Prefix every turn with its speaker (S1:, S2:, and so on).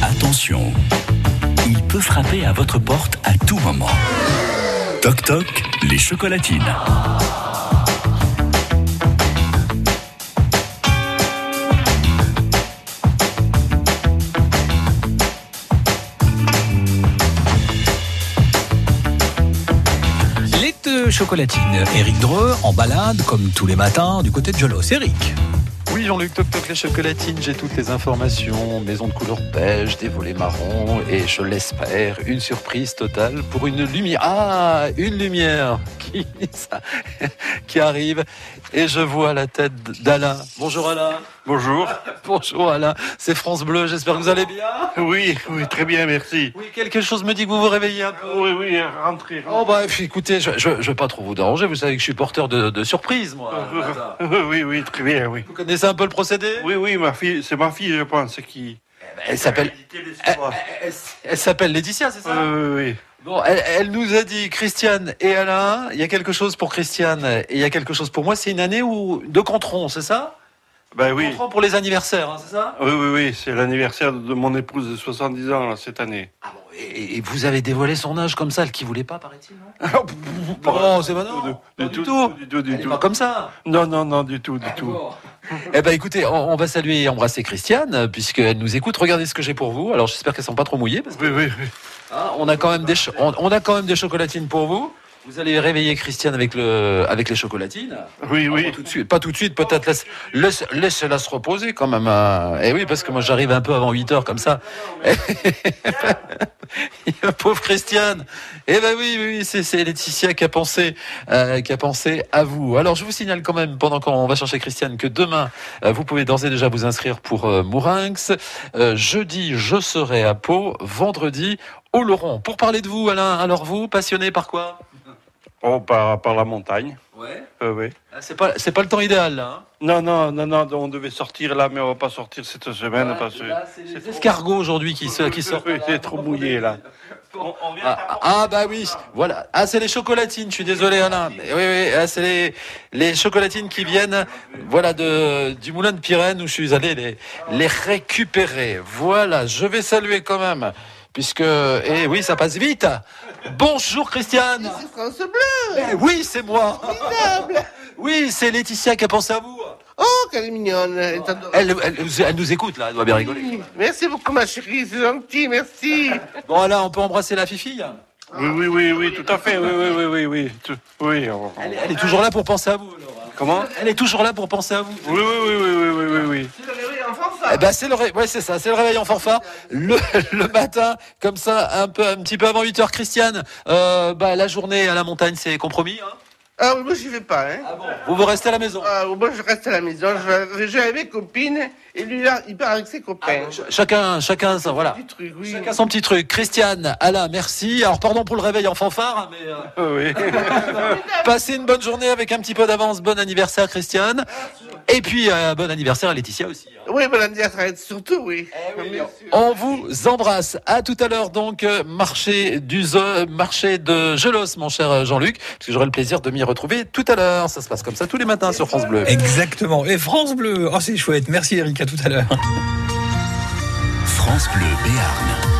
S1: Attention, il peut frapper à votre porte à tout moment. Toc toc, les chocolatines.
S2: Les deux chocolatines. Eric Dreux en balade, comme tous les matins, du côté de Jolos. Eric.
S3: Oui, Jean-Luc Toc Toc, les chocolatines, j'ai toutes les informations. Maison de couleur beige, des volets marrons et je l'espère, une surprise totale pour une lumière. Ah, une lumière qui, ça, qui arrive et je vois la tête d'Alain. Bonjour Alain.
S4: Bonjour.
S3: Bonjour Alain. C'est France Bleu, j'espère que vous allez bien.
S4: Oui, oui, très bien, merci.
S3: Oui, quelque chose me dit que vous vous réveillez un peu.
S4: Oui, oui, hein, rentrez. rentrez.
S3: Oh bah écoutez, je, je, je vais pas trop vous déranger, vous savez que je suis porteur de, de surprise moi. le matin.
S4: Oui, oui, très bien, oui.
S3: Vous connaissez un peu le procédé
S4: Oui, oui, ma fille, c'est ma fille, je pense, qui.
S3: Elle s'appelle elle, elle- elle s'appelle Laetitia, c'est ça
S4: Euh, oui, oui.
S3: Bon, elle, elle nous a dit Christiane et Alain, il y a quelque chose pour Christiane et il y a quelque chose pour moi, c'est une année où de Contron, c'est ça
S4: Ben oui.
S3: Contron pour les anniversaires, hein, c'est ça
S4: Oui, oui, oui, c'est l'anniversaire de mon épouse de 70 ans là, cette année.
S3: Ah bon, et, et vous avez dévoilé son âge comme ça, elle qui voulait pas paraît-il, non
S4: Pas
S3: c'est pas non, pas du tout.
S4: Du tout, du
S3: Elle est
S4: tout.
S3: pas comme ça.
S4: Non, non, non, du tout, du tout.
S3: Eh ben écoutez, on, on va saluer et embrasser Christiane euh, puisqu'elle nous écoute. Regardez ce que j'ai pour vous. Alors j'espère qu'elles sont pas trop mouillées parce que
S4: Oui, oui, oui.
S3: hein, on a quand même des cho- on, on a quand même des chocolatines pour vous. Vous allez réveiller Christiane avec le avec les chocolatines.
S4: Oui,
S3: Pas
S4: oui.
S3: tout de suite, pas tout de suite, peut-être laisse, laisse, laisse-la se reposer quand même. hein. Eh oui, parce que moi j'arrive un peu avant 8 heures comme ça. Pauvre Christiane. Eh ben oui, oui, oui, c'est, c'est Laetitia qui a pensé, euh, qui a pensé à vous. Alors je vous signale quand même, pendant qu'on va chercher Christiane, que demain euh, vous pouvez d'ores et déjà vous inscrire pour euh, Mourinx. Euh, jeudi, je serai à Pau. Vendredi, au Laurent. Pour parler de vous, Alain. Alors vous, passionné par quoi
S4: Oh, par, par la montagne.
S3: Ouais.
S4: Euh, oui.
S3: Ah, C'est pas, c'est pas le temps idéal. Là, hein.
S4: Non, non, non, non, on devait sortir là, mais on va pas sortir cette semaine
S3: Là,
S4: parce que.
S3: là, c'est les
S4: trop-
S3: escargots aujourd'hui qui, se- qui sortent.
S4: Oui, c'est trop mouillé là.
S3: Ah, ah, bah oui, voilà. Ah c'est les chocolatines, je suis désolé Alain. Oui oui, ah, c'est les, les chocolatines qui viennent voilà de du moulin de Pirène où je suis allé les les récupérer. Voilà, je vais saluer quand même puisque eh oui, ça passe vite. Bonjour Christiane.
S5: C'est France Bleu,
S3: Eh oui, c'est moi. Oui, c'est Laetitia qui a pensé à vous.
S5: Oh, qu'elle est mignonne Elle t'adore.
S3: Elle, elle, elle nous écoute là, elle doit bien rigoler.
S5: Merci beaucoup, ma chérie, c'est gentil, merci
S3: Bon Alain, on peut embrasser la fifille.
S4: Oui, oui, oui, oui, tout à fait. Oui, oui, oui, oui, oui. tout- oui on-
S3: Elle, elle est toujours là pour penser à vous. alors, hein.
S4: Comment
S3: Elle est toujours là pour penser à vous.
S4: Oui, oui, oui, oui, oui, oui, oui, oui.
S3: Eh ben c'est le ré- ouais, c'est ça, c'est le réveil en fanfare le, le matin comme ça un peu un petit peu avant 8h Christiane. euh, bah la journée à la montagne c'est compromis hein.
S5: Ah oui, moi, j'y vais pas, hein
S3: Vous vous restez à la maison.
S5: Ah, oui, moi, je reste à la maison, je vais- je vais jouer avec mes copines, et lui, là, il part avec ses copains.
S3: Ch- Chacun chacun ça voilà.
S5: Du truc, oui.
S3: Ah Chacun son petit truc. Christiane, Alain, merci. Alors pardon pour le réveil en fanfare mais euh,
S4: Oui,
S3: passez une bonne journée avec un petit peu d'avance. Bon anniversaire Christiane. Et puis euh, bon anniversaire à Laetitia aussi. hein.
S5: Oui, madame Diaz, surtout, oui.
S3: Eh On vous embrasse. À tout à l'heure donc euh, marché du Zo- marché de Gelos, mon cher euh, Jean-Luc, parce que j'aurai le plaisir de m'y retrouver tout à l'heure. Ça se passe comme ça tous les matins sur France Bleu.
S2: Exactement. Et France Bleu. Oh, c'est chouette. Merci, Eric. À tout à l'heure.
S1: France Bleu Béarn.